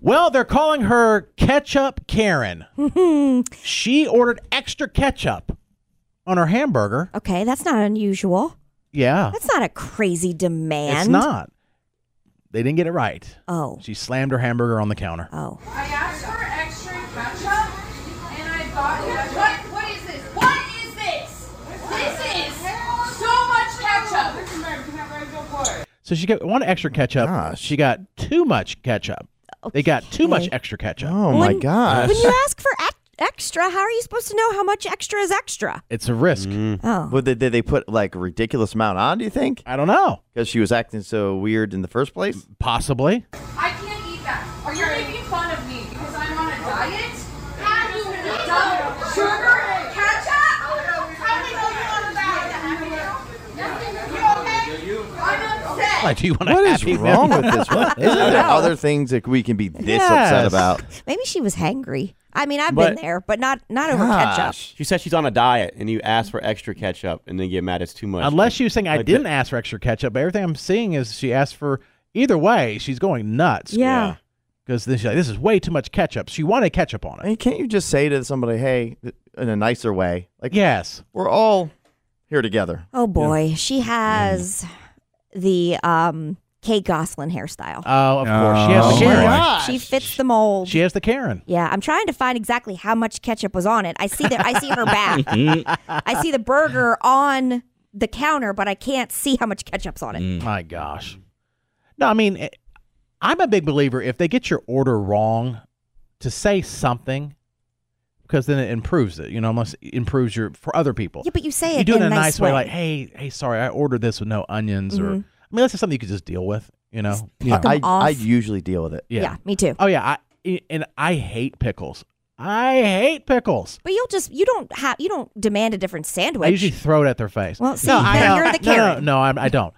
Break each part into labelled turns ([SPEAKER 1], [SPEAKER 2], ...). [SPEAKER 1] Well, they're calling her Ketchup Karen. she ordered extra ketchup on her hamburger.
[SPEAKER 2] Okay, that's not unusual.
[SPEAKER 1] Yeah.
[SPEAKER 2] That's not a crazy demand.
[SPEAKER 1] It's not. They didn't get it right.
[SPEAKER 2] Oh.
[SPEAKER 1] She slammed her hamburger on the counter.
[SPEAKER 3] Uh,
[SPEAKER 2] Oh.
[SPEAKER 4] I asked for extra ketchup, and I got ketchup. What? What is this? What is this? This is so much ketchup.
[SPEAKER 1] So she got one extra ketchup.
[SPEAKER 3] Gosh.
[SPEAKER 1] She got too much ketchup. They got too much extra ketchup.
[SPEAKER 3] Oh my
[SPEAKER 2] When-
[SPEAKER 3] gosh.
[SPEAKER 2] When you ask for ex- extra, how are you supposed to know how much extra is extra?
[SPEAKER 1] It's a risk.
[SPEAKER 2] Oh.
[SPEAKER 3] Well, did, did they put like a ridiculous amount on? Do you think?
[SPEAKER 1] I don't know.
[SPEAKER 3] Because she was acting so weird in the first place.
[SPEAKER 1] Possibly.
[SPEAKER 4] I can't eat that. Are you making fun of me because I'm on a diet? Have you done sugar and ketchup? How did you on a diet? You okay? I'm upset.
[SPEAKER 1] Like, do you want
[SPEAKER 3] What
[SPEAKER 1] a
[SPEAKER 3] is
[SPEAKER 1] happy
[SPEAKER 3] wrong
[SPEAKER 1] meal?
[SPEAKER 3] with this? What, isn't there other things that we can be this upset
[SPEAKER 1] Yes.
[SPEAKER 3] about?
[SPEAKER 2] Maybe she was hangry. I mean, I've
[SPEAKER 5] But-
[SPEAKER 2] been there, but not not over ketchup.
[SPEAKER 3] Gosh.
[SPEAKER 5] She said she's on a diet, and you ask for extra ketchup, and then get mad it's too much.
[SPEAKER 1] Unless you're saying I
[SPEAKER 5] Like
[SPEAKER 1] didn't
[SPEAKER 5] the-
[SPEAKER 1] ask for extra ketchup, but everything I'm seeing is she asked for either way. She's going nuts.
[SPEAKER 2] Yeah.
[SPEAKER 1] Because then she's like, this is way too much ketchup. She wanted ketchup on
[SPEAKER 3] I
[SPEAKER 1] it.
[SPEAKER 3] mean, can't you just say to somebody, "Hey," th- in a nicer way? Like,
[SPEAKER 1] Yes.
[SPEAKER 3] we're all here together.
[SPEAKER 2] Oh boy, she has the um Kay Goslin hairstyle.
[SPEAKER 1] Oh, of course. She
[SPEAKER 3] Oh
[SPEAKER 1] has the
[SPEAKER 3] my
[SPEAKER 1] Karen.
[SPEAKER 3] gosh.
[SPEAKER 2] She fits the mold.
[SPEAKER 1] She has the Karen.
[SPEAKER 2] yeah, I'm trying to find exactly how much ketchup was on it. I see that I see her back. I see the burger on the counter, but I can't see how much ketchup's on it.
[SPEAKER 1] My gosh. No, I mean, it- I'm a big believer if they get your order wrong, to say something, because then it improves it. You know, almost improves your for other people.
[SPEAKER 2] Yeah, but you say it
[SPEAKER 1] you do
[SPEAKER 2] in
[SPEAKER 1] it in a
[SPEAKER 2] nice
[SPEAKER 1] nice way, like, hey, hey, sorry, I ordered this with no onions, or I mean, that's just something you could just deal with. You know?
[SPEAKER 2] pick 'em
[SPEAKER 3] I,
[SPEAKER 2] off.
[SPEAKER 3] I usually deal with it.
[SPEAKER 2] yeah. me too.
[SPEAKER 1] Oh yeah. I and I hate pickles. I hate pickles.
[SPEAKER 2] But you'll just you don't have you don't demand a different sandwich.
[SPEAKER 1] I usually throw it at their face.
[SPEAKER 2] Well, see,
[SPEAKER 1] no, I
[SPEAKER 2] then
[SPEAKER 1] don't.
[SPEAKER 2] you're the
[SPEAKER 1] No, no,
[SPEAKER 2] Karen.
[SPEAKER 1] no, I'm, I don't.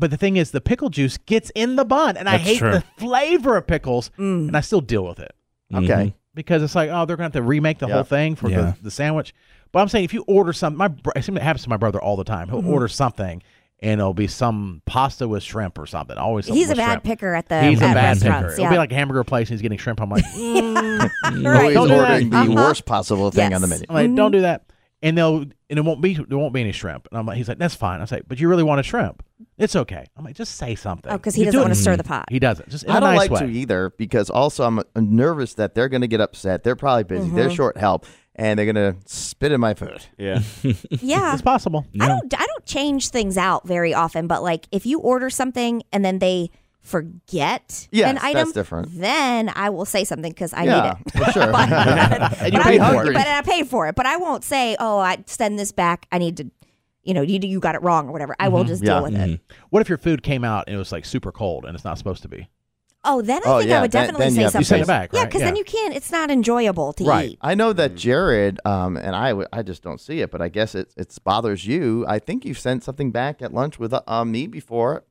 [SPEAKER 1] But the thing is, the pickle juice gets in the bun, and I
[SPEAKER 6] That's
[SPEAKER 1] hate
[SPEAKER 6] true.
[SPEAKER 1] the flavor of pickles,
[SPEAKER 2] Mm.
[SPEAKER 1] and I still deal with it
[SPEAKER 6] Mm-hmm.
[SPEAKER 3] Okay.
[SPEAKER 1] because it's like, oh, they're going to have to remake the
[SPEAKER 3] Yeah.
[SPEAKER 1] whole thing for
[SPEAKER 6] Yeah.
[SPEAKER 1] the, the sandwich. But I'm saying, if you order some, my br- it seems it happens to my brother all the time.
[SPEAKER 2] Mm-hmm.
[SPEAKER 1] He'll order something, and it'll be some pasta with shrimp or something. Always, something
[SPEAKER 2] He's a
[SPEAKER 1] with
[SPEAKER 2] bad
[SPEAKER 1] shrimp.
[SPEAKER 2] picker at the
[SPEAKER 1] He's a
[SPEAKER 2] at
[SPEAKER 1] bad picker.
[SPEAKER 2] restaurants.
[SPEAKER 1] It'll
[SPEAKER 2] Yeah.
[SPEAKER 1] be like a hamburger place, and he's getting shrimp. I'm like,
[SPEAKER 2] Right.
[SPEAKER 1] Don't do
[SPEAKER 3] Always
[SPEAKER 1] that.
[SPEAKER 3] ordering the
[SPEAKER 2] Uh-huh.
[SPEAKER 3] worst possible thing
[SPEAKER 2] Yes.
[SPEAKER 3] on the menu.
[SPEAKER 1] I'm like,
[SPEAKER 2] Mm-hmm.
[SPEAKER 1] don't do that. And they'll and it won't be there won't be any shrimp. And I'm like, he's like, that's fine. I say, but you really want a shrimp? It's okay. I'm like, just say something.
[SPEAKER 2] oh, because he
[SPEAKER 1] You do
[SPEAKER 2] doesn't
[SPEAKER 1] it-
[SPEAKER 2] want to stir the pot.
[SPEAKER 1] He doesn't. Just in
[SPEAKER 3] I
[SPEAKER 1] a
[SPEAKER 3] don't
[SPEAKER 1] nice
[SPEAKER 3] like
[SPEAKER 1] way.
[SPEAKER 3] to either because also I'm uh, nervous that they're going to get upset. They're probably busy. They're short help, and they're going to spit in my food.
[SPEAKER 5] yeah,
[SPEAKER 2] yeah.
[SPEAKER 1] It's possible.
[SPEAKER 2] I don't I don't change things out very often, but like if you order something and then they forget
[SPEAKER 3] Yes,
[SPEAKER 2] an
[SPEAKER 3] that's
[SPEAKER 2] item,
[SPEAKER 3] different.
[SPEAKER 2] then I will say something because I
[SPEAKER 3] yeah,
[SPEAKER 2] need it.
[SPEAKER 3] for sure.
[SPEAKER 1] And you
[SPEAKER 2] But
[SPEAKER 1] pay
[SPEAKER 2] I,
[SPEAKER 1] for it.
[SPEAKER 2] But I paid for it. But I won't say, oh, I send this back. I need to, you know, you you got it wrong or whatever. I
[SPEAKER 1] Mm-hmm.
[SPEAKER 2] will just
[SPEAKER 3] Yeah.
[SPEAKER 2] deal with it.
[SPEAKER 1] What if your food came out and it was like super cold and it's not supposed to be?
[SPEAKER 2] Oh, then I
[SPEAKER 3] Oh,
[SPEAKER 2] think
[SPEAKER 3] yeah,
[SPEAKER 2] I would
[SPEAKER 3] then-
[SPEAKER 2] definitely
[SPEAKER 3] then you
[SPEAKER 2] say
[SPEAKER 3] have to
[SPEAKER 2] something.
[SPEAKER 1] You send it
[SPEAKER 3] Sometimes.
[SPEAKER 1] back, right?
[SPEAKER 2] Yeah, because then you can't. It's not enjoyable to
[SPEAKER 3] right.
[SPEAKER 2] eat.
[SPEAKER 3] I know
[SPEAKER 1] Mm.
[SPEAKER 3] that Jared, um, and I, w- I just don't see it, but I guess it it bothers you. I think you sent something back at lunch with uh, um, me before,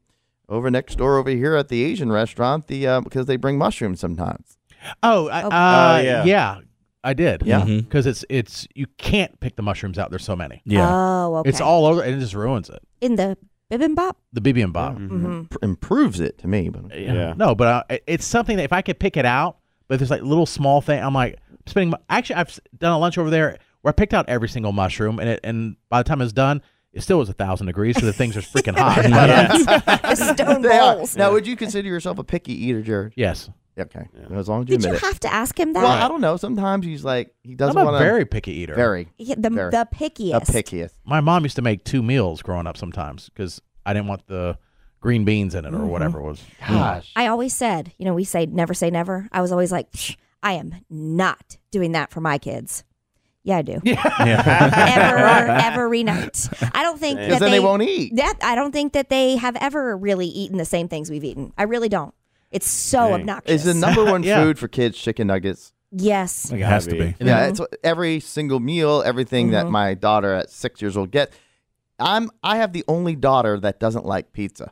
[SPEAKER 3] over next door over here at the Asian restaurant. The uh, because they bring mushrooms sometimes.
[SPEAKER 1] Oh, I,
[SPEAKER 2] Oh. Mm-hmm.
[SPEAKER 1] uh,
[SPEAKER 5] Oh,
[SPEAKER 1] yeah.
[SPEAKER 5] yeah.
[SPEAKER 1] I did.
[SPEAKER 3] Yeah.
[SPEAKER 1] Because it's it's you can't pick the mushrooms out. There's so many.
[SPEAKER 6] Yeah.
[SPEAKER 2] Oh, okay.
[SPEAKER 1] It's all over and it just ruins it.
[SPEAKER 2] in the bibimbap.
[SPEAKER 1] The bibimbap.
[SPEAKER 2] Mm.
[SPEAKER 3] Pr- improves it to me, but
[SPEAKER 5] Yeah.
[SPEAKER 1] No, but I, it's something that if I could pick it out, but there's like little small thing. I'm like spending. My, actually, I've s- done a lunch over there where I picked out every single mushroom, and it, and by the time it's done, it still was a thousand degrees, so the things are freaking hot. But, uh,
[SPEAKER 2] the stone
[SPEAKER 3] They are.
[SPEAKER 2] bowls.
[SPEAKER 3] Now, would you consider yourself a picky eater, Jared?
[SPEAKER 1] yes,
[SPEAKER 3] Okay, as long as you
[SPEAKER 2] Did
[SPEAKER 3] admit
[SPEAKER 2] you
[SPEAKER 3] it.
[SPEAKER 2] have to ask him that?
[SPEAKER 3] Well, I don't know. Sometimes he's like he
[SPEAKER 1] I'm
[SPEAKER 3] doesn't
[SPEAKER 1] a
[SPEAKER 3] want to
[SPEAKER 1] very picky eater.
[SPEAKER 3] very
[SPEAKER 2] Yeah, the,
[SPEAKER 3] Very.
[SPEAKER 2] the pickiest.
[SPEAKER 3] a pickiest.
[SPEAKER 1] My mom used to make two meals growing up sometimes because I didn't want the green beans in it
[SPEAKER 2] Mm-hmm.
[SPEAKER 1] or whatever it was.
[SPEAKER 3] Gosh,
[SPEAKER 2] I always said, you know, we say never say never. I was always like, "Psh, I am not doing that for my kids. Yeah, I do.
[SPEAKER 6] Mm-hmm.
[SPEAKER 2] ever, every night. I don't think that
[SPEAKER 3] because then they, won't eat.
[SPEAKER 2] That I don't think that they have ever really eaten the same things we've eaten. I really don't. It's so obnoxious.
[SPEAKER 3] Is the number one
[SPEAKER 1] Yeah.
[SPEAKER 3] food for kids chicken nuggets?
[SPEAKER 2] yes.
[SPEAKER 6] Like it has to
[SPEAKER 5] Heavy.
[SPEAKER 6] be.
[SPEAKER 3] Yeah, it's every single meal, everything that my daughter at six years old gets. I'm I have the only daughter that doesn't like pizza.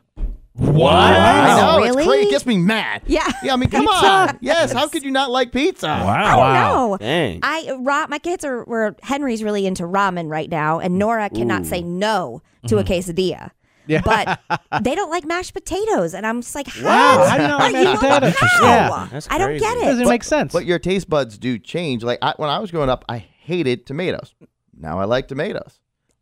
[SPEAKER 6] What?
[SPEAKER 3] I know
[SPEAKER 2] Really?
[SPEAKER 3] it's crazy. It gets me mad.
[SPEAKER 2] Yeah.
[SPEAKER 3] Yeah, I mean, come on. Yes, how could you not like pizza?
[SPEAKER 2] I don't
[SPEAKER 6] Oh, Wow.
[SPEAKER 2] know.
[SPEAKER 5] dang.
[SPEAKER 2] I ra- my kids are were Henry's really into ramen right now, and Nora cannot say no to a quesadilla.
[SPEAKER 1] Yeah.
[SPEAKER 2] But they don't like mashed potatoes, and I'm just like, how?
[SPEAKER 1] Wow, how do you not
[SPEAKER 2] Like,
[SPEAKER 1] like mashed
[SPEAKER 2] don't like
[SPEAKER 1] potatoes?
[SPEAKER 2] how?
[SPEAKER 1] Yeah.
[SPEAKER 5] That's
[SPEAKER 2] I don't get
[SPEAKER 5] crazy.
[SPEAKER 1] It doesn't
[SPEAKER 2] it.
[SPEAKER 1] make sense.
[SPEAKER 3] But your taste buds do change. Like I, when I was growing up, I hated tomatoes. Now I like tomatoes.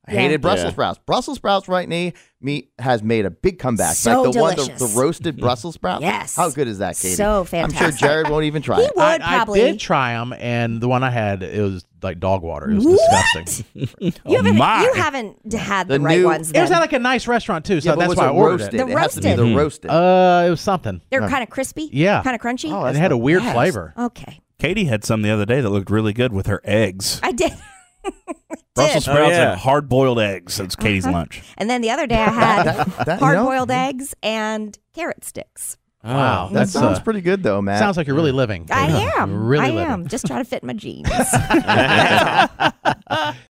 [SPEAKER 3] I
[SPEAKER 2] Yeah.
[SPEAKER 3] hated Brussels
[SPEAKER 5] Yeah.
[SPEAKER 3] sprouts. Brussels sprouts right now meat has made a big comeback.
[SPEAKER 2] So
[SPEAKER 3] like the one the,
[SPEAKER 2] delicious.
[SPEAKER 3] the roasted Brussels sprouts.
[SPEAKER 2] Yes.
[SPEAKER 3] How good is that, Katie?
[SPEAKER 2] So
[SPEAKER 3] I'm
[SPEAKER 2] fantastic.
[SPEAKER 3] sure Jared won't even try
[SPEAKER 2] He
[SPEAKER 3] it.
[SPEAKER 2] would
[SPEAKER 1] I, I
[SPEAKER 2] probably.
[SPEAKER 1] did try them, and the one I had it was like dog water. It was
[SPEAKER 2] What?
[SPEAKER 1] disgusting.
[SPEAKER 2] You haven't,
[SPEAKER 6] my.
[SPEAKER 2] you haven't d- had the,
[SPEAKER 3] The
[SPEAKER 2] right
[SPEAKER 3] new-
[SPEAKER 2] ones.
[SPEAKER 1] It was
[SPEAKER 2] then.
[SPEAKER 1] at like a nice restaurant too, so
[SPEAKER 3] Yeah, but
[SPEAKER 1] that's
[SPEAKER 3] was
[SPEAKER 1] why
[SPEAKER 3] it
[SPEAKER 1] I ordered
[SPEAKER 3] roasted?
[SPEAKER 1] it.
[SPEAKER 2] The
[SPEAKER 3] it has to be the
[SPEAKER 2] roasted.
[SPEAKER 3] roasted.
[SPEAKER 1] Uh, it was something.
[SPEAKER 2] They're kind of crispy.
[SPEAKER 1] Yeah.
[SPEAKER 2] Kind of crunchy.
[SPEAKER 3] Oh,
[SPEAKER 1] And
[SPEAKER 3] that's
[SPEAKER 1] it had a
[SPEAKER 3] not
[SPEAKER 1] weird
[SPEAKER 3] bad.
[SPEAKER 1] flavor.
[SPEAKER 2] Okay.
[SPEAKER 6] Katie had some the other day that looked really good with her eggs.
[SPEAKER 2] I did.
[SPEAKER 6] Brussels
[SPEAKER 5] Oh,
[SPEAKER 6] sprouts
[SPEAKER 5] yeah.
[SPEAKER 6] and hard boiled eggs. That's Katie's lunch.
[SPEAKER 2] And then the other day I had
[SPEAKER 3] That- that-
[SPEAKER 2] hard
[SPEAKER 3] no,
[SPEAKER 2] boiled eggs and carrot sticks.
[SPEAKER 1] Wow,
[SPEAKER 3] Oh. That
[SPEAKER 1] that's
[SPEAKER 3] sounds
[SPEAKER 1] uh,
[SPEAKER 3] pretty good though, Matt.
[SPEAKER 1] sounds like you're really living.
[SPEAKER 2] I am.
[SPEAKER 1] Really
[SPEAKER 2] I
[SPEAKER 1] living.
[SPEAKER 2] am. Just trying to fit my jeans.